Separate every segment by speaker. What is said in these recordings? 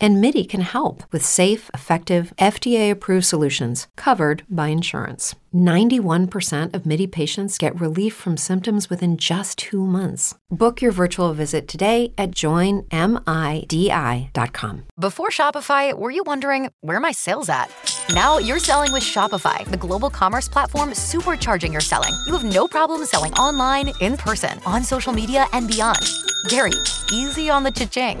Speaker 1: and MIDI can help with safe, effective, FDA approved solutions covered by insurance. 91% of MIDI patients get relief from symptoms within just two months. Book your virtual visit today at joinmidi.com.
Speaker 2: Before Shopify, were you wondering where my sales at? Now you're selling with Shopify, the global commerce platform supercharging your selling. You have no problem selling online, in person, on social media, and beyond. Gary, easy on the cha-ching.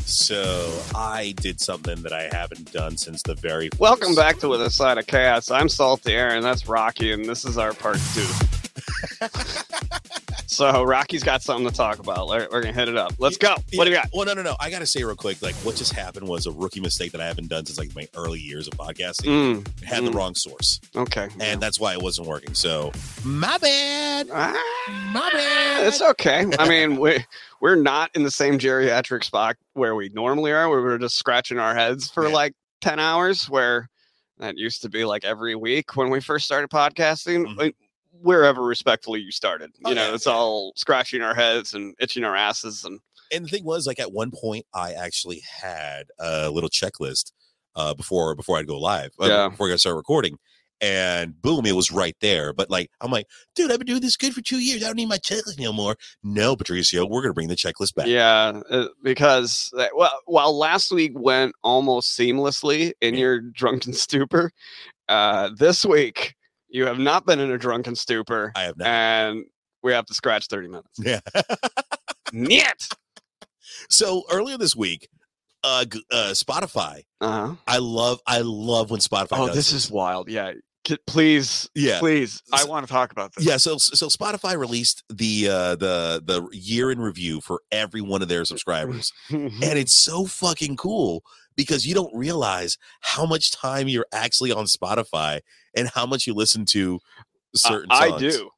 Speaker 3: So I did something that I haven't done since the very first.
Speaker 4: Welcome back to With a Side of Chaos. I'm Salty Aaron. That's Rocky, and this is our part two. so Rocky's got something to talk about. We're, we're gonna hit it up. Let's go. What do you got?
Speaker 3: Well, no, no, no. I gotta say real quick, like what just happened was a rookie mistake that I haven't done since like my early years of podcasting.
Speaker 4: Mm,
Speaker 3: It had the
Speaker 4: mm.
Speaker 3: wrong source,
Speaker 4: okay.
Speaker 3: and that's why it wasn't working. So my bad,
Speaker 4: Ah,
Speaker 3: my bad.
Speaker 4: it's okay. I mean, we we're not in the same geriatric spot where we normally are. Where we're just scratching our heads for
Speaker 3: Yeah.
Speaker 4: like ten hours. Where that used to be like every week when we first started podcasting.
Speaker 3: Mhm.
Speaker 4: Like, Wherever respectfully you started, you
Speaker 3: Oh,
Speaker 4: know,
Speaker 3: yeah,
Speaker 4: it's
Speaker 3: yeah.
Speaker 4: all scratching our heads and itching our asses and
Speaker 3: and the thing was like at one point i actually had a little checklist uh before before i'd go live uh,
Speaker 4: Yeah.
Speaker 3: before i got start recording and boom it was right there but like i'm like dude i've been doing this good for two years i don't need my checklist no more no patricio we're gonna bring the checklist back
Speaker 4: Yeah, uh, because uh, well, while last week went almost seamlessly in your drunken stupor, uh, this week you have not been in a drunken stupor,
Speaker 3: i have not
Speaker 4: and we have to scratch thirty minutes.
Speaker 3: yeah
Speaker 4: Niet.
Speaker 3: so earlier this week uh, g- uh spotify
Speaker 4: Uh-huh.
Speaker 3: i love i love when spotify
Speaker 4: Oh,
Speaker 3: does
Speaker 4: this is wild. Yeah, C- please,
Speaker 3: yeah
Speaker 4: please, I
Speaker 3: So-
Speaker 4: want to talk about this.
Speaker 3: yeah so so spotify released the uh the the year in review for every one of their
Speaker 4: Mm-hmm.
Speaker 3: subscribers
Speaker 4: Mm.
Speaker 3: and it's so fucking cool because you don't realize how much time you're actually on Spotify and how much you listen to certain
Speaker 4: I, I
Speaker 3: songs.
Speaker 4: do.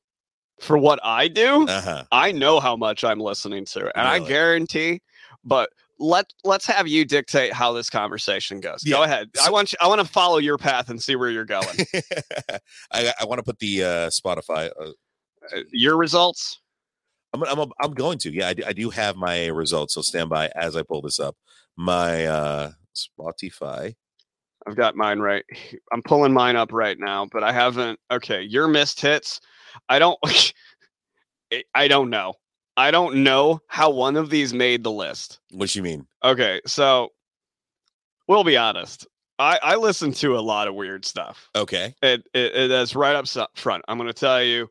Speaker 4: For what I do,
Speaker 3: Uh-huh.
Speaker 4: I know how much I'm listening to, and I
Speaker 3: Really?
Speaker 4: guarantee. But let let's have you dictate how this conversation goes. Go
Speaker 3: Yeah.
Speaker 4: ahead. I
Speaker 3: So-
Speaker 4: want you, I want to follow your path and see where you're going.
Speaker 3: I, I want to put the uh, Spotify. Uh,
Speaker 4: Uh, your results.
Speaker 3: I'm, I'm I'm going to. Yeah, I do, I do have my results. So stand by as I pull this up. My uh, Spotify.
Speaker 4: I've got mine right. I'm pulling mine up right now, but I haven't. Okay, your missed hits. I don't. I- I don't know. I don't know how one of these made the list.
Speaker 3: What you mean?
Speaker 4: Okay, so we'll be honest. I I listen to a lot of weird stuff.
Speaker 3: Okay.
Speaker 4: it, it, it that's right up so- front. I'm going to tell you,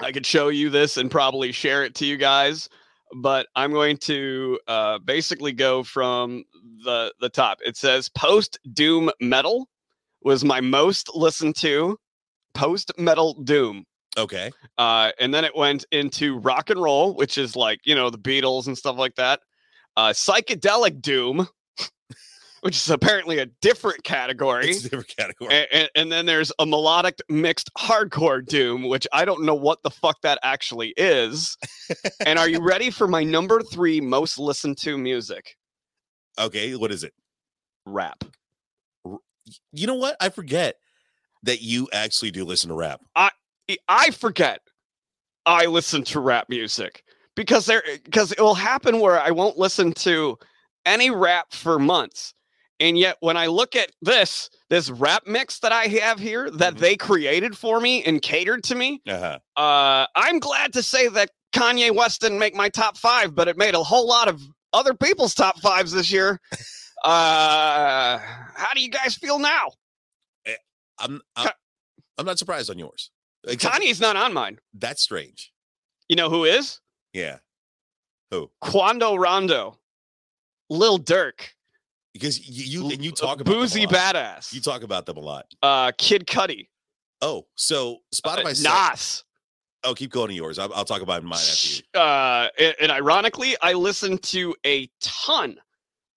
Speaker 4: I could show you this and probably share it to you guys, but I'm going to uh, basically go from the the top. It says post doom metal was my most listened to post metal doom.
Speaker 3: Okay.
Speaker 4: Uh, and then it went into rock and roll, which is like, you know, the Beatles and stuff like that. Uh, psychedelic doom, which is apparently a different category.
Speaker 3: It's a different category.
Speaker 4: A- a- And, then there's a melodic mixed hardcore doom, which I don't know what the fuck that actually is. and are you ready for my number three most listened to music?
Speaker 3: okay. What is it?
Speaker 4: Rap.
Speaker 3: You know what? I forget that you actually do listen to rap.
Speaker 4: I- I forget I listen to rap music because there because it will happen where I won't listen to any rap for months. And yet when I look at this, this rap mix that I have here that
Speaker 3: Mhm.
Speaker 4: they created for me and catered to me,
Speaker 3: Uh-huh.
Speaker 4: Uh, I'm glad to say that Kanye West didn't make my top five, but it made a whole lot of other people's top fives this year. Uh, how do you guys feel now?
Speaker 3: I'm, I'm I'm not surprised on yours. Except
Speaker 4: Kanye's not on mine.
Speaker 3: that's strange.
Speaker 4: You know who is?
Speaker 3: Yeah,
Speaker 4: Quando Rondo, Lil Durk,
Speaker 3: because you,
Speaker 4: L-
Speaker 3: you and you talk about them a
Speaker 4: uh, Boozy
Speaker 3: lot.
Speaker 4: Badass,
Speaker 3: You talk about them a lot.
Speaker 4: uh, Kid Cudi,
Speaker 3: Oh, so
Speaker 4: uh,
Speaker 3: Spotify. said-
Speaker 4: Nas.
Speaker 3: Oh, keep going to yours. I'll, I'll talk about mine after you.
Speaker 4: Uh, and, and ironically, I listened to a ton,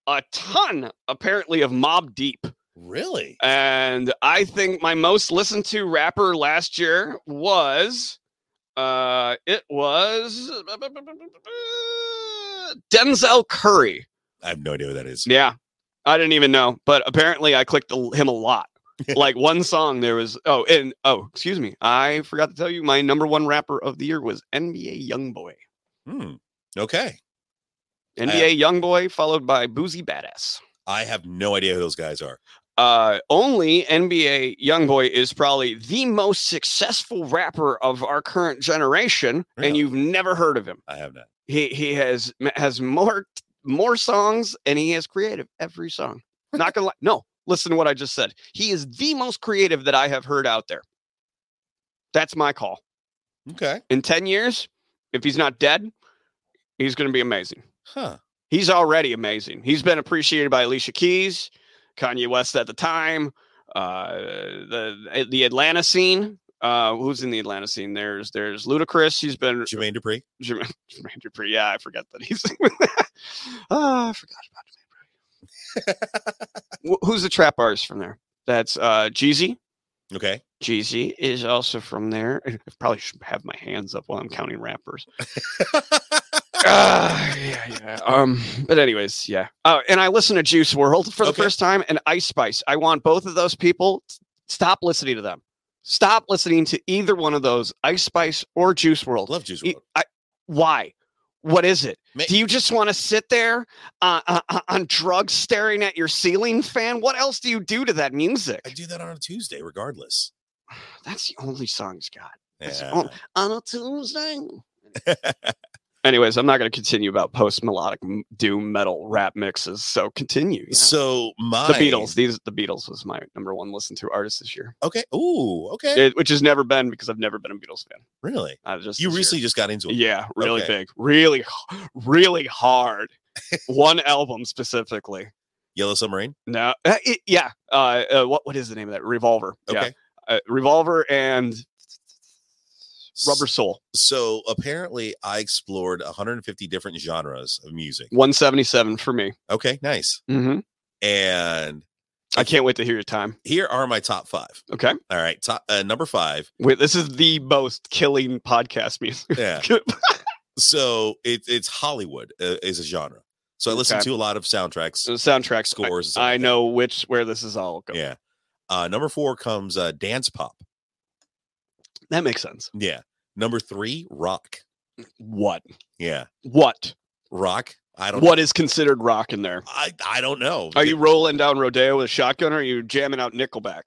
Speaker 4: a ton apparently of Mob Deep,
Speaker 3: Really?
Speaker 4: and I think my most listened to rapper last year was, uh, it was Denzel Curry.
Speaker 3: I have no idea what that is.
Speaker 4: Yeah. I didn't even know, but apparently I clicked a- him a lot. like one song there was oh and oh excuse me I forgot to tell you my number one rapper of the year was NBA YoungBoy.
Speaker 3: Hmm. Okay.
Speaker 4: NBA YoungBoy followed by Boozy Badass.
Speaker 3: I have no idea who those guys are.
Speaker 4: Uh only NBA YoungBoy is probably the most successful rapper of our current generation and
Speaker 3: Really?
Speaker 4: you've never heard of him.
Speaker 3: I have not.
Speaker 4: He he has has more more songs and he is creative every song. Not gonna lie. No, listen to what I just said. He is the most creative that I have heard out there. That's my call.
Speaker 3: Okay.
Speaker 4: In 10 years, if he's not dead, he's gonna be amazing.
Speaker 3: Huh.
Speaker 4: He's already amazing. He's been appreciated by Alicia Keys, Kanye West at the time, uh, the the Atlanta scene. Uh, who's in the Atlanta scene? There's there's Ludacris. He's been
Speaker 3: Jermaine Dupri.
Speaker 4: Jermaine, Jermaine Dupri. Yeah, I forgot that he's. Ah, I forgot about Jermaine Dupri. Wh- Who's the trap artist from there? That's uh Jeezy.
Speaker 3: Okay.
Speaker 4: Jeezy is also from there. I probably should have my hands up while I'm counting rappers. Ah, yeah, yeah. Um, but anyways, yeah. Oh, and I listen to Juice World for the
Speaker 3: Okay.
Speaker 4: first time and Ice Spice. I want both of those people. s- Stop listening to them. Stop listening to either one of those, Ice Spice or Juice World.
Speaker 3: Love Juice
Speaker 4: Y-
Speaker 3: WRLD.
Speaker 4: I, why? What is it?
Speaker 3: Ma-
Speaker 4: Do you just want to sit there uh, uh, uh, on drugs staring at your ceiling fan? What else do you do to that music?
Speaker 3: I do that on a Tuesday, regardless.
Speaker 4: That's the only song he's got. That's the
Speaker 3: Yeah.
Speaker 4: only- on a Tuesday. Anyways, I'm not going to continue about post melodic m- doom metal rap mixes. So continue. yeah.
Speaker 3: So my
Speaker 4: the Beatles. These the Beatles was my number one listen to artist this year,
Speaker 3: Okay. Ooh. Okay.
Speaker 4: It- which has never been because I've never been a Beatles fan.
Speaker 3: really?
Speaker 4: I was just
Speaker 3: You
Speaker 4: this year.
Speaker 3: recently just got into it.
Speaker 4: Yeah, really
Speaker 3: Okay.
Speaker 4: big, really, h- really hard. One album specifically.
Speaker 3: Yellow Submarine.
Speaker 4: No, uh, it- yeah. Uh, uh, what what is the name of that? Revolver. Yeah,
Speaker 3: Okay.
Speaker 4: uh, Revolver and Rubber
Speaker 3: S-
Speaker 4: Soul.
Speaker 3: So apparently, I explored 150 different genres of music.
Speaker 4: One seventy seven for me.
Speaker 3: Okay. Nice.
Speaker 4: hmm
Speaker 3: And
Speaker 4: I can't wait to hear your time.
Speaker 3: here are my top five.
Speaker 4: Okay,
Speaker 3: All right. Top uh, number five.
Speaker 4: wait. This is the most killing podcast music.
Speaker 3: Yeah. So it, it's Hollywood uh, is a genre. So I listen
Speaker 4: Okay.
Speaker 3: to a lot of soundtracks,
Speaker 4: So soundtrack scores.
Speaker 3: scores. and stuff
Speaker 4: I,
Speaker 3: like that.
Speaker 4: know which where this is all going.
Speaker 3: Yeah. Uh, number four comes uh, dance pop.
Speaker 4: that makes sense.
Speaker 3: Yeah. Number three, rock.
Speaker 4: What?
Speaker 3: Yeah.
Speaker 4: What?
Speaker 3: Rock. I don't
Speaker 4: What is considered rock in there?
Speaker 3: I, I don't know.
Speaker 4: Are you rolling down Rodeo with a shotgun or are you jamming out Nickelback?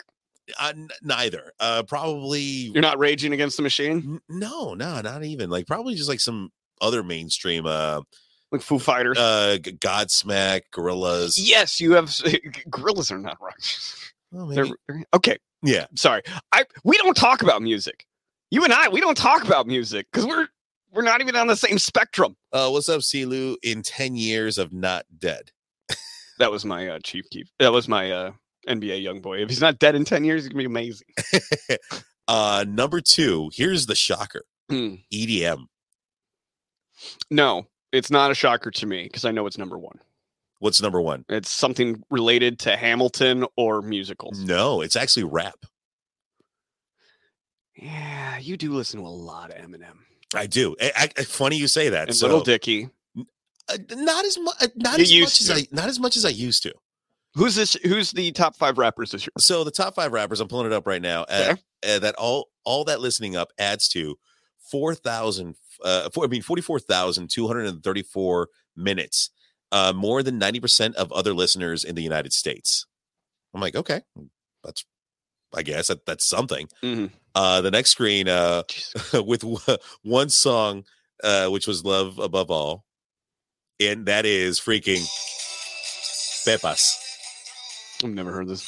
Speaker 3: Uh, n- neither. Uh, probably.
Speaker 4: You're not raging against the machine?
Speaker 3: n- no, no, not even. Like probably just like some other mainstream. Uh,
Speaker 4: Like Foo Fighters?
Speaker 3: uh, G- Godsmack, Gorillas.
Speaker 4: yes, you have. Gorillas are not rock.
Speaker 3: Well,
Speaker 4: They're,
Speaker 3: Oh, maybe-
Speaker 4: they're- okay,
Speaker 3: yeah.
Speaker 4: sorry. I We don't talk about music. You and I, we don't talk about music because we're. We're not even on the same spectrum.
Speaker 3: Uh, what's up, Silu? In ten years of not dead.
Speaker 4: That was my uh, chief keep. That was my uh, NBA young boy. If he's not dead in ten years, he's gonna be amazing.
Speaker 3: Uh, number two. Here's the shocker. E
Speaker 4: Hmm.
Speaker 3: EDM.
Speaker 4: No, it's not a shocker to me because I know it's number one.
Speaker 3: What's number one?
Speaker 4: It's something related to Hamilton or musicals.
Speaker 3: No, it's actually rap.
Speaker 4: Yeah, you do listen to a lot of Eminem
Speaker 3: I do. I, I- I- funny you say that.
Speaker 4: and
Speaker 3: so
Speaker 4: Little Dicky.
Speaker 3: uh, not as much. Not
Speaker 4: You
Speaker 3: as much
Speaker 4: used
Speaker 3: as
Speaker 4: to.
Speaker 3: I. Not as much as I used to.
Speaker 4: Who's this? Who's the top five rappers this year?
Speaker 3: So the top five rappers, I'm pulling it up right now. Uh, uh, that all all that listening up adds to four thousand. Uh, four, I mean, forty four thousand two hundred and thirty four minutes. Uh, more than ninety percent of other listeners in the United States. I'm like, okay, mm, that's. I guess that, that's something.
Speaker 4: Mhm.
Speaker 3: Uh, the next screen, uh, with w- one song, uh, which was "Love Above All," and that is freaking Pepas.
Speaker 4: I've never heard this.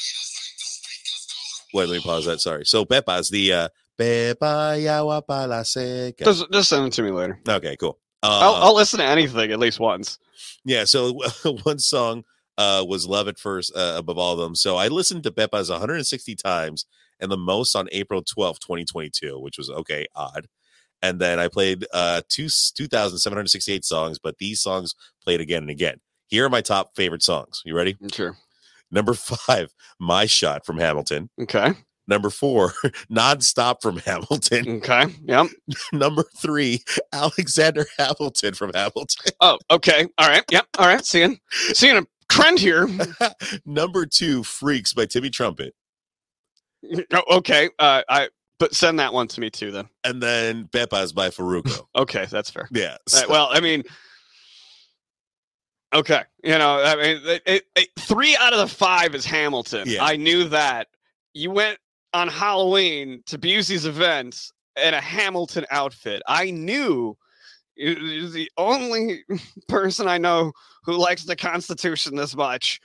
Speaker 3: Wait, let me pause that. Sorry. So Pepa's the uh Pepa y agua pa la seca.
Speaker 4: Just, just send it to me later.
Speaker 3: okay, cool.
Speaker 4: I'll,
Speaker 3: Uh,
Speaker 4: I'll listen to anything at least once.
Speaker 3: yeah, so one song uh was Love at First uh, above all of them. So I listened to Pepa's 160 times and the most on April 12th, 2022, which was okay, odd. And then I played uh two 2768 songs, but these songs played again and again. Here are my top favorite songs. You ready?
Speaker 4: Sure.
Speaker 3: Number 5, My Shot from Hamilton.
Speaker 4: Okay.
Speaker 3: Number 4, Nonstop from Hamilton.
Speaker 4: Okay. Yep.
Speaker 3: number three, Alexander Hamilton from Hamilton.
Speaker 4: Oh, okay. All right. Yep. All right. Seeing, seeing a trend here.
Speaker 3: number two, Freaks by Timmy Trumpet.
Speaker 4: Oh, okay. Uh, I but send that one to me too then.
Speaker 3: And then Pepas by Faruco.
Speaker 4: Okay, that's fair.
Speaker 3: yeah.
Speaker 4: All right, well, I mean, okay, you know, I mean, it, it, it- three out of the five is Hamilton.
Speaker 3: Yeah.
Speaker 4: I knew that. You went on Halloween to Busey's events in a Hamilton outfit. I knew you- you're the only person I know who likes the Constitution this much.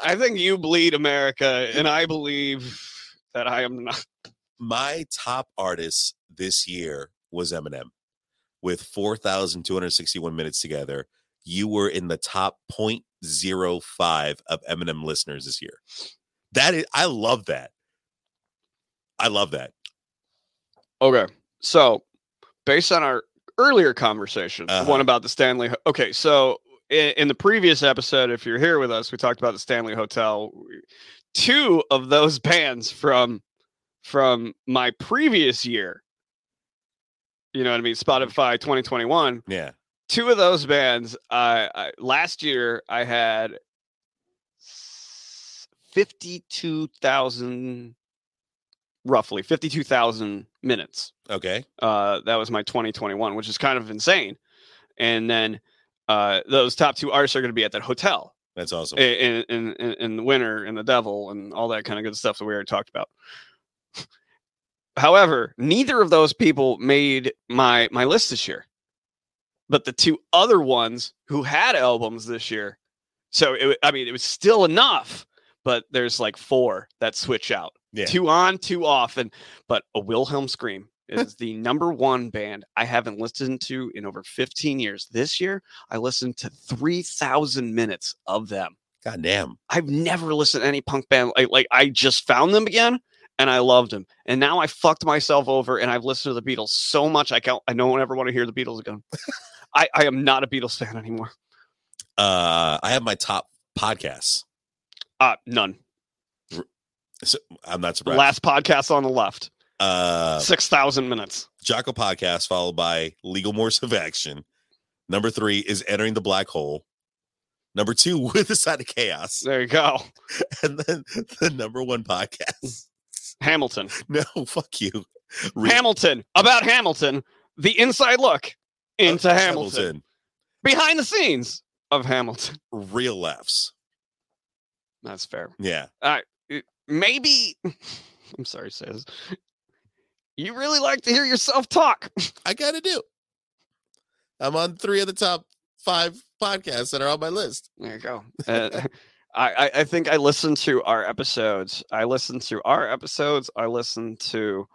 Speaker 4: I think you bleed America, and I believe that I am not.
Speaker 3: My top artist this year was Eminem with 4,261 minutes together. You were in the top 0.05 of Eminem listeners this year. That is, I love that. I love that.
Speaker 4: Okay. So, based on our earlier conversation, the
Speaker 3: Uh-huh.
Speaker 4: one about the Stanley. Ho- Okay. So, in, in the previous episode, if you're here with us, we talked about the Stanley Hotel. Two of those bands from from my previous year. You know what I mean? Spotify 2021.
Speaker 3: Yeah.
Speaker 4: Two of those bands. I, I last year I had s- 52,000 roughly 52,000 minutes
Speaker 3: Okay.
Speaker 4: uh, that was my 2021, which is kind of insane. And then uh, those top two artists are going to be at that hotel
Speaker 3: That's awesome.
Speaker 4: i- in, in, in, in the winter and the devil and all that kind of good stuff that we already talked about. However, neither of those people made my my list this year, but the two other ones who had albums this year. So it, wa- I mean, it was still enough, but there's like four that switch out
Speaker 3: Yeah.
Speaker 4: two on, two off, and but a Wilhelm Scream is the number one band I haven't listened to in over 15 years. This year, I listened to 3,000 minutes of them.
Speaker 3: God damn.
Speaker 4: I've never listened to any punk band like like I just found them again and I loved them. And now I fucked myself over and I've listened to the Beatles so much I can't I don't ever want to hear the Beatles again. I, I am not a Beatles fan anymore.
Speaker 3: uh i have my top podcasts
Speaker 4: Uh none.
Speaker 3: i'm not surprised
Speaker 4: Last podcast on the left.
Speaker 3: uh
Speaker 4: Six thousand minutes.
Speaker 3: jocko podcast followed by legal morse of action number three is entering the black hole number two with the side of chaos
Speaker 4: There you go.
Speaker 3: and then the number one podcast
Speaker 4: Hamilton.
Speaker 3: no fuck you Re-
Speaker 4: Hamilton about Hamilton, the inside look into
Speaker 3: uh,
Speaker 4: Hamilton. behind the scenes of Hamilton.
Speaker 3: Hamilton. real laughs
Speaker 4: That's fair.
Speaker 3: yeah
Speaker 4: Maybe I'm sorry, says you really like to hear yourself talk.
Speaker 3: i gotta do i'm on three of the top five podcasts that are on my list
Speaker 4: There you go. Uh, I, I I think I listened to our episodes. I listened to our episodes. I listened to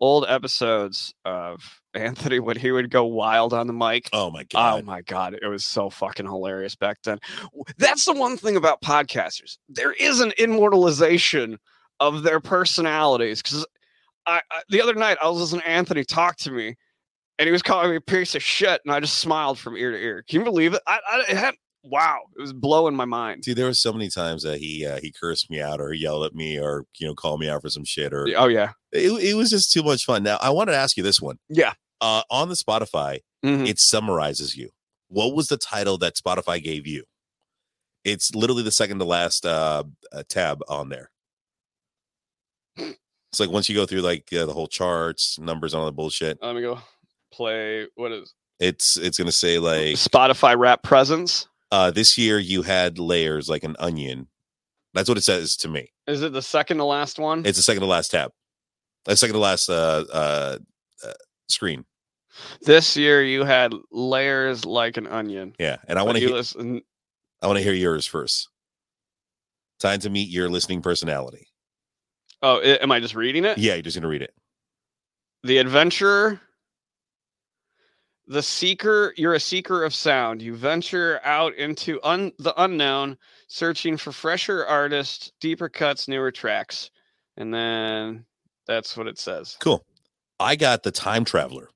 Speaker 4: old episodes of Anthony when he would go wild on the mic.
Speaker 3: oh my
Speaker 4: Oh
Speaker 3: god
Speaker 4: my god, it was so fucking hilarious back then. W- That's the one thing about podcasters. There is an immortalization of their personalities cuz I, I the other night I was listening to Anthony talk to me and he was calling me a piece of shit and I just smiled from ear to ear. Can you believe it? I, I it had wow, it was blowing my mind.
Speaker 3: Dude, there were so many times that he uh, he cursed me out or yelled at me or you know called me out for some shit or
Speaker 4: Oh yeah.
Speaker 3: it, it was just too much fun. Now I wanted to ask you this one.
Speaker 4: Yeah.
Speaker 3: Uh, on the Spotify,
Speaker 4: Mhm.
Speaker 3: it summarizes you. What was the title that Spotify gave you? It's literally the second to last uh, uh, tab on there. It's like once you go through like uh, the whole charts, numbers, and all the bullshit,
Speaker 4: Let me go play what is
Speaker 3: it's it's gonna say like
Speaker 4: Spotify rap presence?
Speaker 3: uh, this year you had layers like an onion. That's what it says to me.
Speaker 4: Is it the second to last one?
Speaker 3: It's the second to last tab, the second to last uh, uh, uh, screen.
Speaker 4: this year you had layers like an onion.
Speaker 3: Yeah, and I
Speaker 4: But
Speaker 3: want to
Speaker 4: you
Speaker 3: hear.
Speaker 4: listen.
Speaker 3: I want to hear yours first. Time to meet your listening personality.
Speaker 4: Oh, a- am I just reading it?
Speaker 3: Yeah, you're just gonna read it.
Speaker 4: The adventurer, the seeker, you're a seeker of sound. You venture out into un- the unknown, searching for fresher artists, deeper cuts, newer tracks. And then that's what it says.
Speaker 3: Cool. I got the time traveler.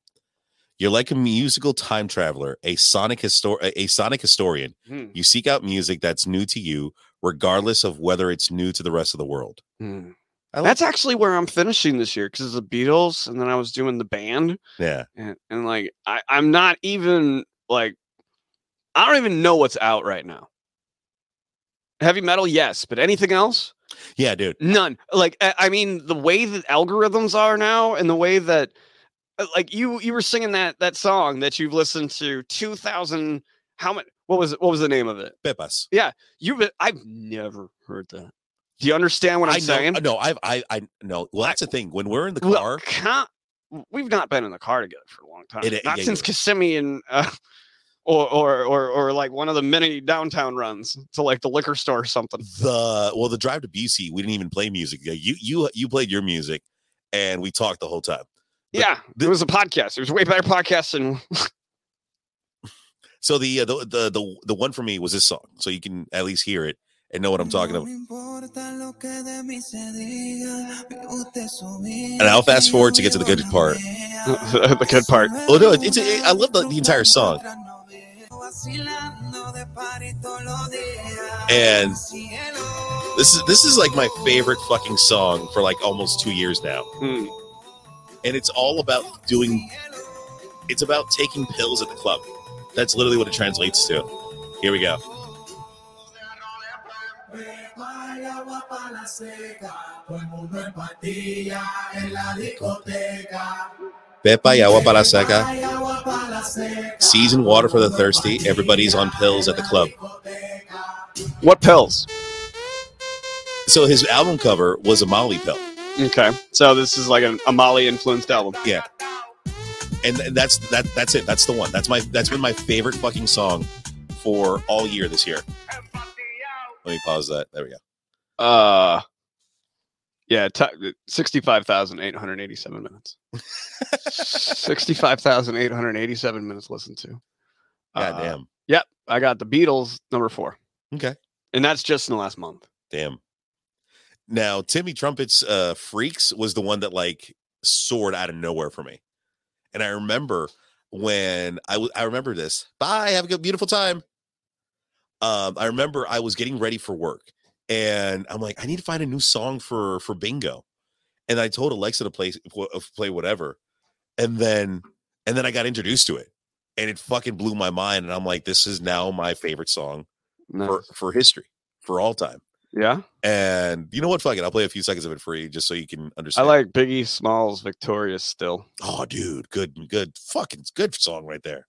Speaker 3: You're like a musical time traveler, a sonic histor- a a sonic historian.
Speaker 4: Hmm.
Speaker 3: You seek out music that's new to you, regardless of whether it's new to the rest of the world.
Speaker 4: Hmm.
Speaker 3: I like-
Speaker 4: That's actually where I'm finishing this year because it's the Beatles, and then I was doing the band,
Speaker 3: yeah.
Speaker 4: and, and like I, I'm not even like I don't even know what's out right now. Heavy metal, yes, but anything else?
Speaker 3: Yeah, dude.
Speaker 4: None. Like I I mean, the way that algorithms are now, and the way that uh, like you you were singing that that song that you've listened to two thousand how much what was it what was the name of it?
Speaker 3: Pepas.
Speaker 4: You've been- I've never heard that. Do you understand what I'm
Speaker 3: I know, uh,
Speaker 4: saying?
Speaker 3: No, I've I I know. Well, that's the thing. When we're in the
Speaker 4: Look,
Speaker 3: car,
Speaker 4: ca- we've not been in the car together for a long time.
Speaker 3: It-
Speaker 4: not
Speaker 3: yeah,
Speaker 4: since
Speaker 3: you're-
Speaker 4: Kissimmee and uh, or, or or or like one of the many downtown runs to like the liquor store or something.
Speaker 3: the well, the drive to BC, we didn't even play music. Yeah, You you you played your music, and we talked the whole time. But
Speaker 4: yeah,
Speaker 3: the-
Speaker 4: it was a podcast. It was a way better podcast than
Speaker 3: So the uh, the, the the the one for me was this song, so you can at least hear it and know what I'm talking about.
Speaker 5: And
Speaker 3: I'll fast forward to get to the good part.
Speaker 4: The- the good part.
Speaker 3: Oh, no, it's- it- I love the- the entire song. And This is this is like my favorite fucking song for like almost two years now,
Speaker 4: Hmm.
Speaker 3: and it's all about doing. It's about taking pills at the club. That's literally what it translates to. Here we go. Pepa y agua para seca. Season water for the thirsty. Everybody's on pills at the club.
Speaker 4: what pills?
Speaker 3: So his album cover was a Molly pill.
Speaker 4: Okay, so this is like an Amali influenced album.
Speaker 3: and th- that's that that's it that's the one that's my that's been my favorite fucking song for all year this year let me pause that there we go
Speaker 4: Uh, yeah, t- sixty-five thousand eight hundred eighty-seven minutes. sixty-five thousand eight hundred eighty-seven minutes listened to.
Speaker 3: god
Speaker 4: Uh,
Speaker 3: damn
Speaker 4: Yep, I got the Beatles number four.
Speaker 3: Okay.
Speaker 4: and that's just in the last month.
Speaker 3: damn now timmy trumpets uh freaks was the one that like soared out of nowhere for me and i remember when i was i remember this bye have a good beautiful time um i remember i was getting ready for work and i'm like i need to find a new song for for bingo and i told alexa to play wh- play whatever and then and then i got introduced to it and it fucking blew my mind and i'm like this is now my favorite song for
Speaker 4: Nice.
Speaker 3: for history for all time
Speaker 4: Yeah,
Speaker 3: and you know what? Fuck it. I'll play a few seconds of it free just so you can
Speaker 4: I
Speaker 3: understand.
Speaker 4: like Biggie Smalls "Victorious" still.
Speaker 3: oh, dude, good, good, fucking good song right there.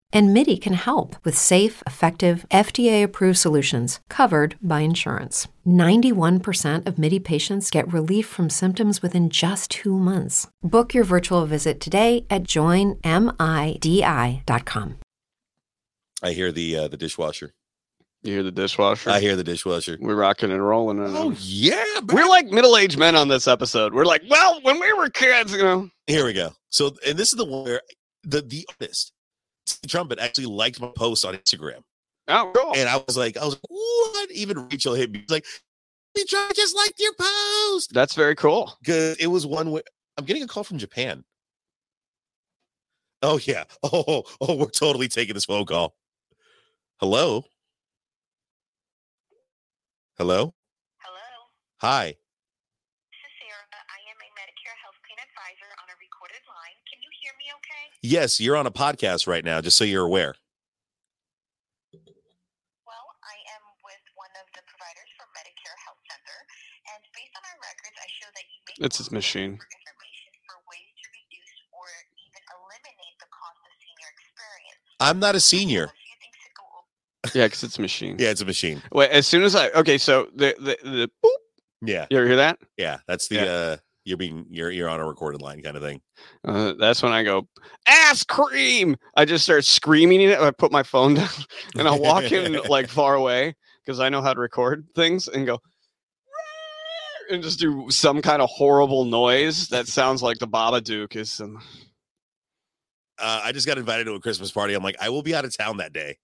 Speaker 1: and MIDI can help with safe, effective, FDA approved solutions covered by insurance. 91% of MIDI patients get relief from symptoms within just two months. Book your virtual visit today at joinmidi.com.
Speaker 3: I hear the uh, the dishwasher.
Speaker 4: You hear the dishwasher?
Speaker 3: I hear the dishwasher.
Speaker 4: We're rocking and rolling. and-
Speaker 3: Oh yeah, ba-
Speaker 4: We're like middle-aged men on this episode. We're like, well, when we were kids, you know.
Speaker 3: here we go. So, and this is the one where the the artist Timmy Trumpet actually liked my post on Instagram,
Speaker 4: Oh, cool.
Speaker 3: and I was like, I was like, what? Even Rachel hit me She's like, Timmy Trumpet just liked your post
Speaker 4: That's very cool.
Speaker 3: because it was one where I'm getting a call from Japan. Oh yeah. Oh, oh, we're totally taking this phone call. Hello. Hello.
Speaker 6: Hello,
Speaker 3: Hi.
Speaker 6: this is Sarah. I am a Medicare health plan advisor on a recorded line. Can you hear me okay?
Speaker 3: Yes, you're on a podcast right now, just so you're aware.
Speaker 6: Well, I am with one of the providers for Medicare Health Center, and based on our records, I show that you may
Speaker 4: It's his machine.
Speaker 6: for information for ways to reduce or even eliminate the cost of senior experience.
Speaker 3: I'm not a senior.
Speaker 6: A few things to go over.
Speaker 4: Yeah, because it's a machine.
Speaker 3: Yeah, it's a machine.
Speaker 4: Wait, as soon as I okay, so the the, the boop
Speaker 3: Yeah,
Speaker 4: You ever hear that?
Speaker 3: yeah. That's the
Speaker 4: Yeah.
Speaker 3: uh you're being you're you're on a recorded line kind of thing.
Speaker 4: Uh, that's when I go ass cream. I just start screaming it. I put my phone down and I walk in like far away because I know how to record things and go "Rah!" and just do some kind of horrible noise that sounds like the Babadook is some.
Speaker 3: Uh, I just got invited to a Christmas party. I'm like, I will be out of town that day.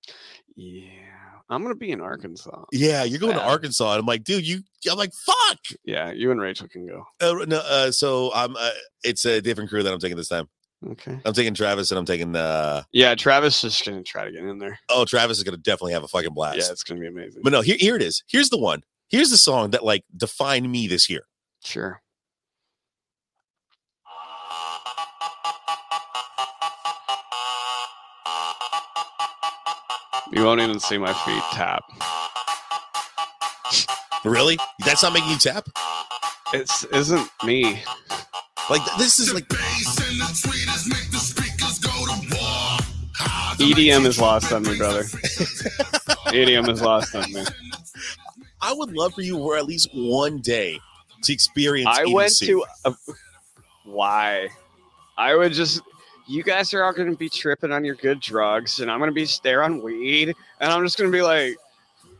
Speaker 4: Yeah, I'm gonna be in Arkansas.
Speaker 3: Yeah, you're going to
Speaker 4: Bad.
Speaker 3: Arkansas. And I'm like, dude, you. I'm like, fuck.
Speaker 4: Yeah, you and Rachel can go.
Speaker 3: Uh, no, uh, so I'm. Uh, it's a different crew that I'm taking this time.
Speaker 4: Okay.
Speaker 3: I'm taking Travis and I'm taking. Uh,
Speaker 4: Yeah, Travis is gonna try to get in there.
Speaker 3: oh, Travis is gonna definitely have a fucking blast.
Speaker 4: Yeah, it's gonna be amazing.
Speaker 3: But no, here here it is. Here's the one. Here's the song that like defined me this year.
Speaker 4: Sure. You won't even see my feet tap.
Speaker 3: Really? That's not making you tap?
Speaker 4: It's isn't me.
Speaker 3: Like th- this is like
Speaker 4: EDM E is lost on me, brother. EDM is lost on me.
Speaker 3: I would love for you or at least one day to experience. E
Speaker 4: I went
Speaker 3: EDC.
Speaker 4: to a, why? I would just you guys are all going to be tripping on your good drugs and I'm going to be there on weed and I'm just going to be like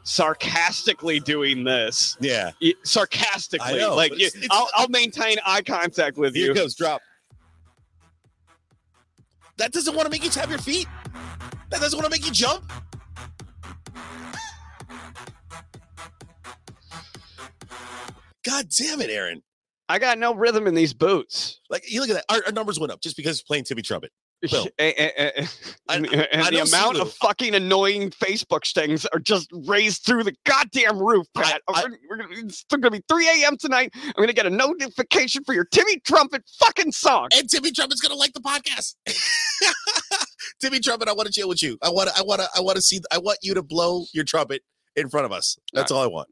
Speaker 4: sarcastically doing this.
Speaker 3: yeah.
Speaker 4: Y- Sarcastically,
Speaker 3: know,
Speaker 4: like
Speaker 3: but
Speaker 4: you,
Speaker 3: it's- it's-
Speaker 4: I'll, I'll maintain eye contact with
Speaker 3: Here
Speaker 4: you.
Speaker 3: it goes. Drop. That doesn't want to make you tap your feet. That doesn't want to make you jump. God damn it, Aaron!
Speaker 4: I got no rhythm in these boots.
Speaker 3: Like you look at that. Our, our numbers went up just because playing Timmy Trumpet. Well,
Speaker 4: Eh, eh, eh, eh.
Speaker 3: I-
Speaker 4: and
Speaker 3: I
Speaker 4: and the
Speaker 3: know
Speaker 4: amount
Speaker 3: Sulu.
Speaker 4: of fucking annoying Facebook things are just raised through the goddamn roof,
Speaker 3: I-
Speaker 4: Pat.
Speaker 3: I-
Speaker 4: we're, gonna- we're gonna, it's still gonna be 3 a.m. tonight. I'm gonna get a notification for your Timmy Trumpet fucking song.
Speaker 3: and Timmy Trumpet's gonna like the podcast. Timmy Trumpet, I want to chill with you. I want to, I want to, I want to see. I want you to blow your trumpet in front of us. That's all I want.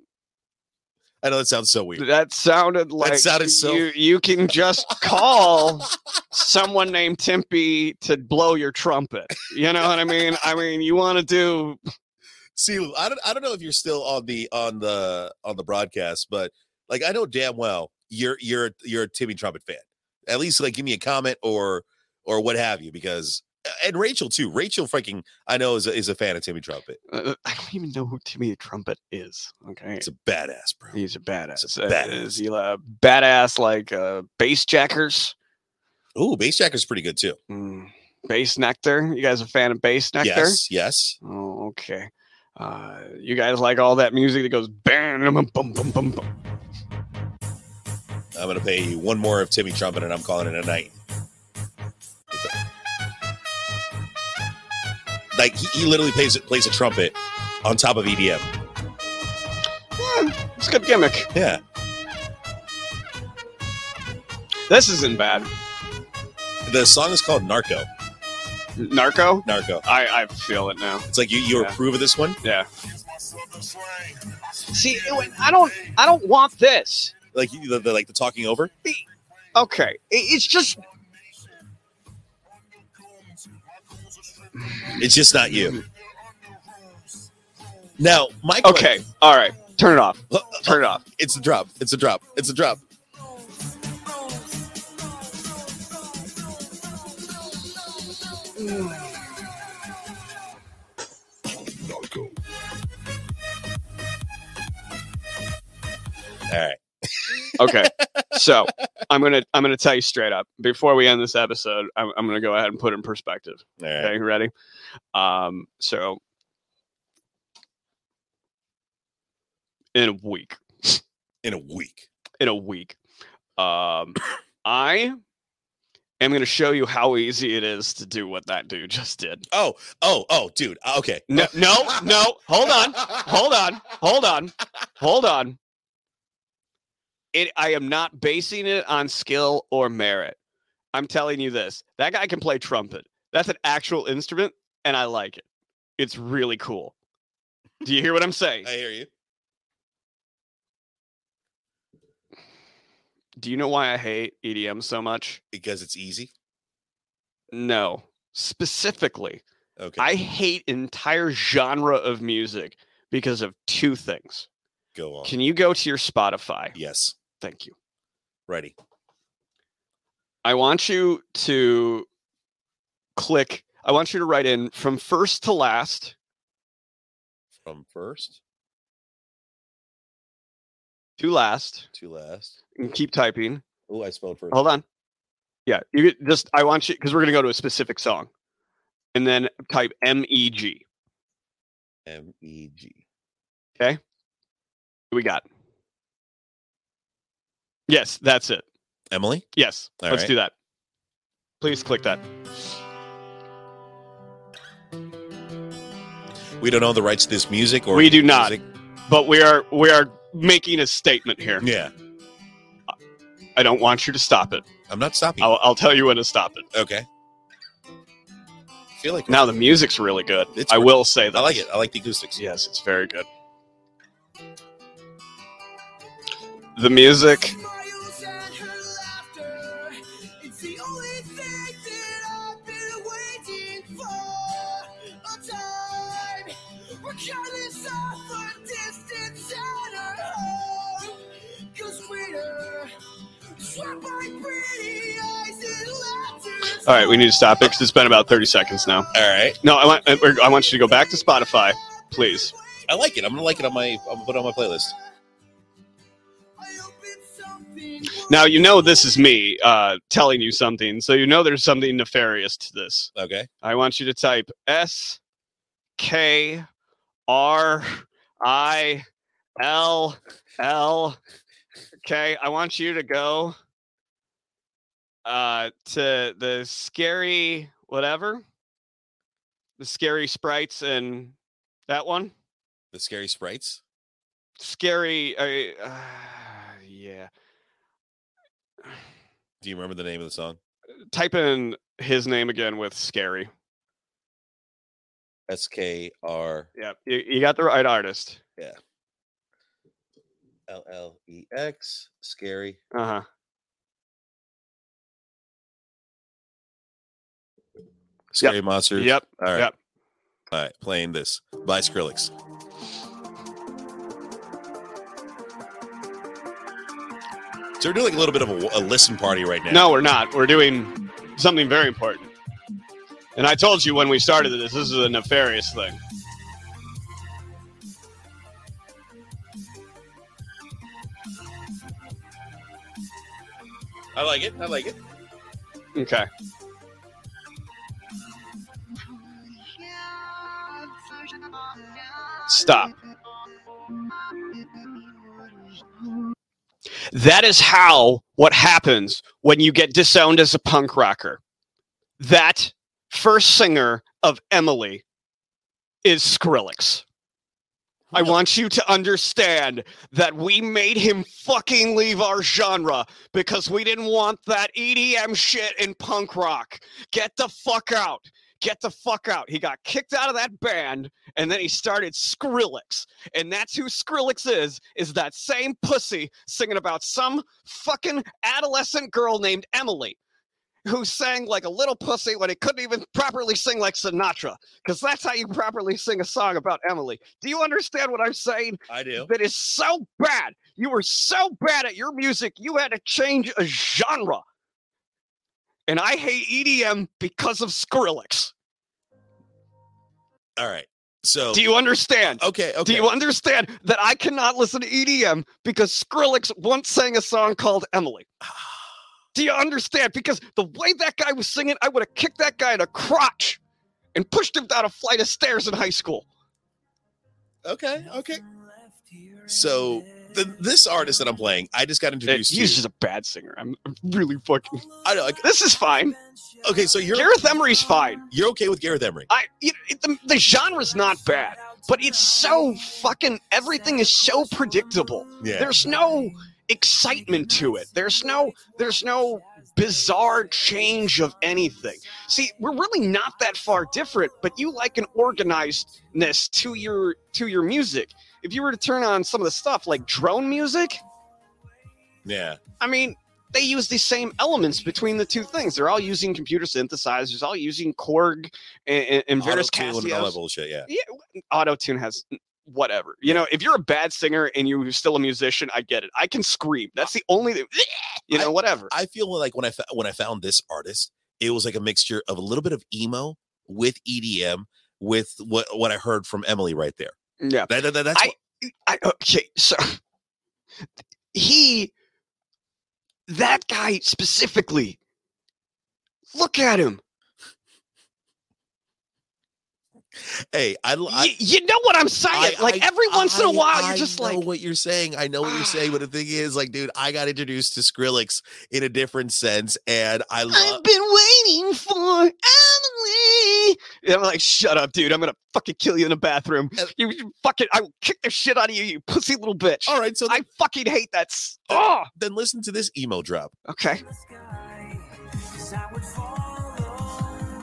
Speaker 3: I know that sounds so weird.
Speaker 4: That sounded like
Speaker 3: sounded so-
Speaker 4: you, you can just call someone named Timpy to blow your trumpet. You know what I mean? I mean, you want to do
Speaker 3: See, I don't, I don't know if you're still on the on the on the broadcast, but like I know damn well you're you're you're a Timmy Trumpet fan. At least like give me a comment or or what have you, because and Rachel too. Rachel freaking I know is a, is a fan of Timmy Trumpet.
Speaker 4: uh, I don't even know who Timmy Trumpet is. Okay.
Speaker 3: It's a badass, bro.
Speaker 4: He's a badass.
Speaker 3: He's a
Speaker 4: Uh,
Speaker 3: badass.
Speaker 4: Is he a badass like uh, bass jackers?
Speaker 3: Ooh, Bass Jacker's pretty good too.
Speaker 4: Mm. Bass nectar? You guys a fan of bass nectar?
Speaker 3: Yes, yes.
Speaker 4: Oh, okay. Uh, you guys like all that music that goes bam, bum, bum, bum, bum, bum.
Speaker 3: I'm gonna pay you one more of Timmy Trumpet, and I'm calling it a night. Like he, he literally plays plays a trumpet on top of E EDM.
Speaker 4: Yeah, It's a good gimmick.
Speaker 3: Yeah,
Speaker 4: This isn't bad.
Speaker 3: the song is called Narco.
Speaker 4: Narco?
Speaker 3: Narco.
Speaker 4: I, I feel it now.
Speaker 3: It's like you you
Speaker 4: Yeah.
Speaker 3: approve of this one.
Speaker 4: Yeah. See, I don't I don't want this.
Speaker 3: Like you- the, the like the talking over.
Speaker 4: Okay. It, it's just
Speaker 3: It's just not you. Now, my
Speaker 4: okay. All right. Turn it off.
Speaker 3: question-
Speaker 4: Turn it off.
Speaker 3: It's a drop. It's a drop. It's a drop. All right.
Speaker 4: okay so i'm gonna i'm gonna tell you straight up before we end this episode i'm, I'm gonna go ahead and put it in perspective
Speaker 3: All right.
Speaker 4: okay ready um so in a week
Speaker 3: In a week.
Speaker 4: in a week um i am gonna show you how easy it is to do what that dude just did
Speaker 3: Oh, oh, oh, dude. Uh, Okay.
Speaker 4: no no no hold on hold on, hold on, hold on. It, I am not basing it on skill or merit. I'm telling you this. That guy can play trumpet. That's an actual instrument, and I like it. It's really cool. Do you hear what I'm saying?
Speaker 3: I hear you.
Speaker 4: Do you know why I hate EDM so much?
Speaker 3: Because it's easy.
Speaker 4: No. Specifically,
Speaker 3: Okay.
Speaker 4: I hate entire genre of music because of two things.
Speaker 3: Go on.
Speaker 4: Can you go to your Spotify?
Speaker 3: yes.
Speaker 4: Thank you.
Speaker 3: Ready.
Speaker 4: I want you to click. I want you to write in from first to last
Speaker 3: From first
Speaker 4: to last
Speaker 3: to last.
Speaker 4: and keep typing.
Speaker 3: Oh, I spelled first.
Speaker 4: Hold on. Yeah, you could just I want you because we're gonna go to a specific song, and then type M E G.
Speaker 3: M E G.
Speaker 4: We got. Yes, that's it.
Speaker 3: Emily.
Speaker 4: Yes,
Speaker 3: All
Speaker 4: let's
Speaker 3: right.
Speaker 4: do that. Please click that.
Speaker 3: We don't own the rights to this music, or
Speaker 4: We do not.
Speaker 3: music-
Speaker 4: But we are we are making a statement here.
Speaker 3: Yeah,
Speaker 4: I don't want you to stop it.
Speaker 3: I'm not stopping.
Speaker 4: I'll, I'll tell you when to stop it.
Speaker 3: Okay. I feel like
Speaker 4: Now the music's really good.
Speaker 3: It's
Speaker 4: I
Speaker 3: re-
Speaker 4: will say that.
Speaker 3: I like it. I like the acoustics.
Speaker 4: Yes, it's very good. The music. All right, we need to stop it because it's been about thirty seconds now.
Speaker 3: All right.
Speaker 4: No, I want I- we're- I want you to go back to Spotify, please.
Speaker 3: I like it. I'm gonna like it on my. I'm gonna put it on my playlist.
Speaker 4: Now you know this is me uh, telling you something, so you know there's something nefarious to this.
Speaker 3: Okay.
Speaker 4: I want you to type S K R I L L K. I want you to go uh, to the scary whatever, the scary sprites and that one.
Speaker 3: The scary sprites.
Speaker 4: Scary. Uh, uh, yeah.
Speaker 3: Do you remember the name of the song?
Speaker 4: Type in his name again with scary.
Speaker 3: S K R
Speaker 4: Yep. You, you got the right artist.
Speaker 3: L L E X. Scary.
Speaker 4: Uh huh.
Speaker 3: Scary monsters.
Speaker 4: Yep.
Speaker 3: All right.
Speaker 4: Yep.
Speaker 3: All right. Playing this by Skrillex. So we're doing like a little bit of a, a listen party right now.
Speaker 4: No, we're not. We're doing something very important. And I told you when we started this, this is a nefarious thing.
Speaker 3: I like it. I like it.
Speaker 4: Okay. Stop. That is how what happens when you get disowned as a punk rocker. That first singer of Emily is Skrillex. I want you to understand that we made him fucking leave our genre because we didn't want that EDM shit in punk rock. Get the fuck out. Get the fuck out. He got kicked out of that band and then he started Skrillex. And that's who Skrillex is, is that same pussy singing about some fucking adolescent girl named Emily who sang like a little pussy when he couldn't even properly sing like Sinatra. Because that's how you properly sing a song about Emily. Do you understand what I'm saying?
Speaker 3: I do.
Speaker 4: that is so bad. You were so bad at your music, you had to change a genre. And I hate EDM because of Skrillex.
Speaker 3: All right. So
Speaker 4: Do you understand?
Speaker 3: okay. Okay.
Speaker 4: Do you understand that I cannot listen to EDM because Skrillex once sang a song called Emily? Do you understand? Because the way that guy was singing, I would have kicked that guy in a crotch and pushed him down a flight of stairs in high school.
Speaker 3: okay. Okay. So the, this artist that I'm playing, I just got
Speaker 4: Eh,
Speaker 3: introduced
Speaker 4: He's
Speaker 3: to.
Speaker 4: just a bad singer. I'm I'm really fucking.
Speaker 3: I know. like,
Speaker 4: This is fine.
Speaker 3: Okay, so you're
Speaker 4: Gareth Emery's fine.
Speaker 3: you're okay with Gareth Emery.
Speaker 4: I you know, it, the, the genre's not bad, but it's so fucking everything is so predictable.
Speaker 3: Yeah.
Speaker 4: There's no excitement to it. There's no there's no bizarre change of anything. See, we're really not that far different, but you like an organizedness to your to your music. If you were to turn on some of the stuff like drone music,
Speaker 3: Yeah.
Speaker 4: I mean, they use the same elements between the two things. They're all using computer synthesizers, all using Korg and, and, and various
Speaker 3: Auto-tune and all that
Speaker 4: Casios
Speaker 3: bullshit. Yeah.
Speaker 4: yeah, auto tune has whatever. You know, if you're a bad singer and you're still a musician, I get it. I can scream. That's the only thing, you know, whatever.
Speaker 3: I feel like when I fo- when I found this artist, it was like a mixture of a little bit of emo with EDM with what what I heard from Emily right there.
Speaker 4: yeah.
Speaker 3: That, that- that- that's
Speaker 4: I- I, okay, so he, that guy specifically, look at him.
Speaker 3: what- hey, I, l- I-
Speaker 4: Y- you know what I'm saying?
Speaker 3: I-
Speaker 4: like
Speaker 3: I-
Speaker 4: every once in a
Speaker 3: I-
Speaker 4: while,
Speaker 3: I
Speaker 4: you're just
Speaker 3: know
Speaker 4: like,
Speaker 3: what you're saying. I know what you're saying, but the thing is, like, dude, I got introduced to Skrillex in a different sense, and I love.
Speaker 4: I've been waiting for Emily. And I'm like, shut up, dude. I'm gonna fucking kill you in the bathroom.
Speaker 3: Uh,
Speaker 4: You, you fucking, I will kick the shit out of you, you pussy little bitch.
Speaker 3: All right, so
Speaker 4: I fucking hate that. s- Oh,
Speaker 3: then listen to this emo drop.
Speaker 4: okay.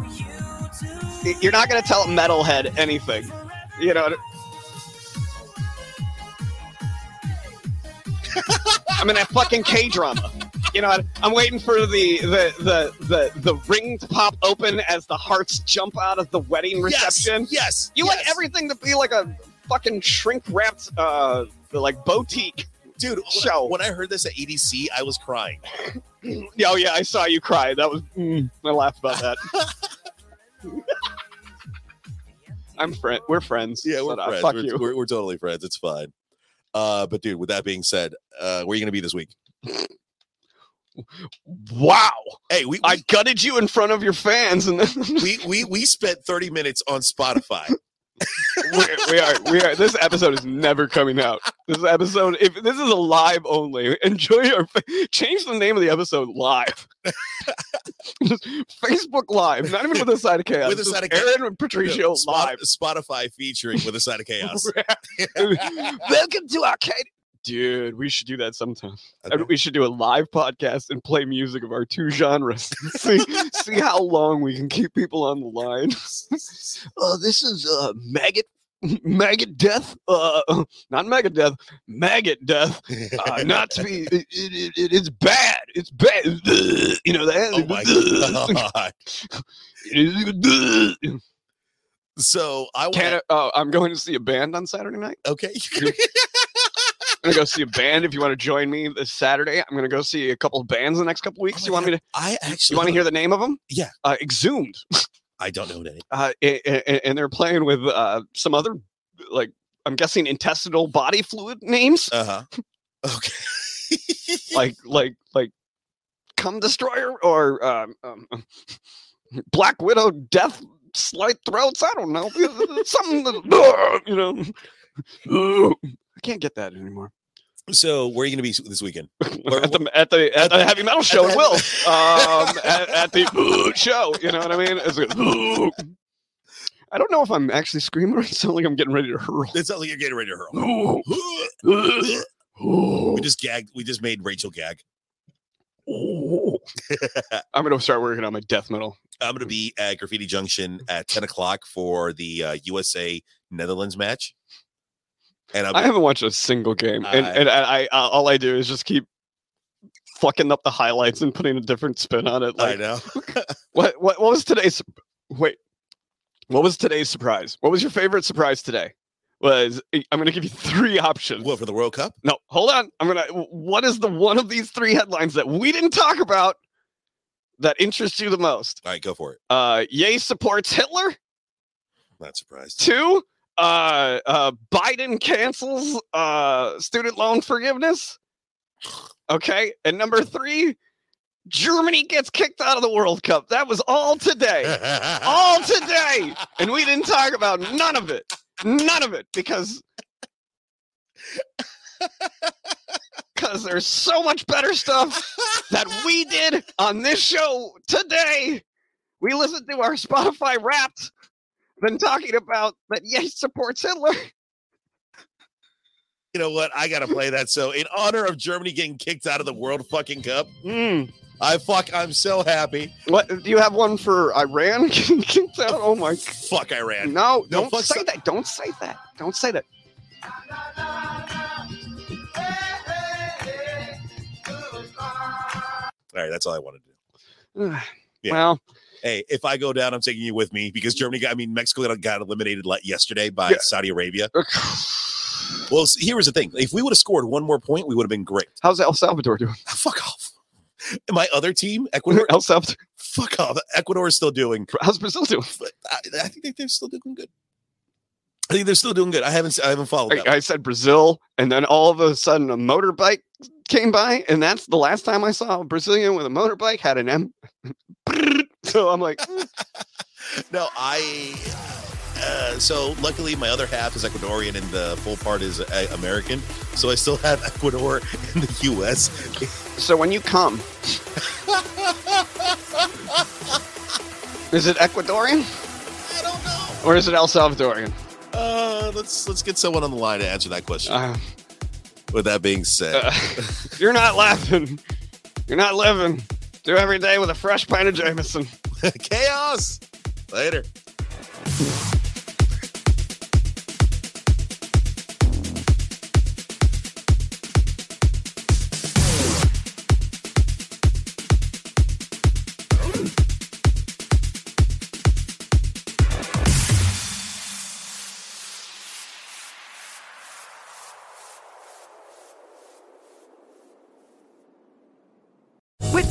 Speaker 4: Y- You're not gonna tell a metalhead anything, you know. I'm in a fucking K drama. You know, I'm waiting for the the, the the the ring to pop open as the hearts jump out of the wedding reception.
Speaker 3: Yes, yes.
Speaker 4: You want
Speaker 3: yes.
Speaker 4: everything to be like a fucking shrink wrapped, uh, like boutique.
Speaker 3: dude. when I-
Speaker 4: show.
Speaker 3: When I heard this at EDC, I was crying.
Speaker 4: Oh yeah, I saw you cry. That was mm, I laughed about that. I'm friend. We're friends.
Speaker 3: Yeah, we're
Speaker 4: Shut up.
Speaker 3: friends.
Speaker 4: Fuck
Speaker 3: we're,
Speaker 4: you.
Speaker 3: We're, we're totally friends. It's fine. Uh, but dude, with that being said, uh, where are you gonna be this week?
Speaker 4: Wow,
Speaker 3: Hey, we we,
Speaker 4: I gutted you in front of your fans, and then
Speaker 3: we we we spent thirty minutes on Spotify.
Speaker 4: we, we are we are. This episode is never coming out. This episode, if this is a live only, enjoy our. fa- Change the name of the episode live. Just Facebook Live, not even with a side of chaos.
Speaker 3: With a
Speaker 4: just
Speaker 3: side of chaos.
Speaker 4: Aaron and Patricio
Speaker 3: No, Spot-
Speaker 4: live.
Speaker 3: Spotify featuring with a side of chaos.
Speaker 4: Welcome to Arcade. Dude, we should do that sometime. And
Speaker 3: Okay.
Speaker 4: We should do a live podcast and play music of our two genres. see, see how long we can keep people on the line. uh, this is uh, maggot, maggot death. Uh, not maggot death, maggot death. Uh, not to be. It, it, it, it's bad. It's bad. You know that.
Speaker 3: Oh my god! So I
Speaker 4: Can
Speaker 3: want.
Speaker 4: I, oh, I'm going to see a band on Saturday night.
Speaker 3: Okay.
Speaker 4: I'm gonna go see a band. If you want to join me this Saturday, I'm gonna go see a couple of bands in the next couple of weeks.
Speaker 3: Oh my
Speaker 4: you want me to?
Speaker 3: I actually.
Speaker 4: You want to
Speaker 3: don't-
Speaker 4: hear the name of them?
Speaker 3: Yeah.
Speaker 4: Uh, Exhumed,
Speaker 3: I don't know any.
Speaker 4: uh, and, and they're playing with uh, some other, like I'm guessing intestinal body fluid names,
Speaker 3: Uh huh. Okay.
Speaker 4: like like like, Come Destroyer or um, um, Black Widow Death Slight Throats. I don't know, something that, you know. I can't get that anymore.
Speaker 3: so where are you gonna be this weekend? Where-
Speaker 4: at the at the at the heavy metal show
Speaker 3: the
Speaker 4: at will. Um, at, at the show, you know what I mean? It's like, I don't know if I'm actually screaming. or It sounds like I'm getting ready to hurl.
Speaker 3: It sounds like you're getting ready to hurl. We just gagged. We just made Rachel gag.
Speaker 4: I'm gonna start working on my death metal.
Speaker 3: I'm gonna be at Graffiti Junction at 10 o'clock for the uh, USA Netherlands match, and I'm
Speaker 4: I haven't watched a single game, and
Speaker 3: I-
Speaker 4: and I, I all I do is just keep fucking up the highlights and putting a different spin on it.
Speaker 3: I
Speaker 4: Like
Speaker 3: know.
Speaker 4: what what what was today's wait? What was today's surprise? What was your favorite surprise today? Was eh, I'm gonna give you three options.
Speaker 3: What for the World Cup?
Speaker 4: No, hold on. I'm gonna. w- What is the one of these three headlines that we didn't talk about that interests you the most?
Speaker 3: All right, go for it.
Speaker 4: Uh, Yay supports Hitler.
Speaker 3: Not surprised.
Speaker 4: Two. Uh, uh, Biden cancels uh student loan forgiveness. Okay, and number three, Germany gets kicked out of the World Cup. That was all today, all today, and we didn't talk about none of it, none of it, because because there's so much better stuff that we did on this show today. We listened to our Spotify Wrapped, than talking about that Yay supports Hitler.
Speaker 3: you know what? I gotta play that. So, in honor of Germany getting kicked out of the World fucking Cup, Hmm. I fuck. I'm so happy.
Speaker 4: What do you have one for Iran? Kicked out? oh my! g-
Speaker 3: Fuck Iran.
Speaker 4: No,
Speaker 3: No,
Speaker 4: don't
Speaker 3: fuck
Speaker 4: say
Speaker 3: so-
Speaker 4: that. Don't say that. Don't say that.
Speaker 3: All right, that's all I wanted to do.
Speaker 4: All
Speaker 3: Yeah.
Speaker 4: Well,
Speaker 3: Hey, if I go down, I'm taking you with me because Germany got, I mean, Mexico got- got eliminated like yesterday by
Speaker 4: Yeah.
Speaker 3: Saudi Arabia.
Speaker 4: how's
Speaker 3: Well, s- here was the thing if we would have scored one more point, we would have been great.
Speaker 4: El Salvador doing?
Speaker 3: Fuck off. My other team, Ecuador,
Speaker 4: El Salvador.
Speaker 3: fuck off. Ecuador is still doing,
Speaker 4: How's Brazil doing?
Speaker 3: I, I think that they're still doing good. I think they're still doing good. I haven't, s- I haven't followed
Speaker 4: I,
Speaker 3: that.
Speaker 4: I said Brazil, and then all of a sudden a motorbike came by, and that's the last time I saw a Brazilian with a motorbike had an M. so I'm like,
Speaker 3: no, I. Uh, so luckily, my other half is Ecuadorian and the full part is uh, American. So I still have Ecuador and the U.S.
Speaker 4: so when you come, is it Ecuadorian
Speaker 3: I don't know.
Speaker 4: or is it El Salvadorian?
Speaker 3: Uh, let's let's get someone on the line to answer that question.
Speaker 4: Uh,
Speaker 3: With that being said,
Speaker 4: uh, you're not laughing. You're not living. Do every day with a fresh pint of Jameson.
Speaker 3: chaos. Later.
Speaker 5: With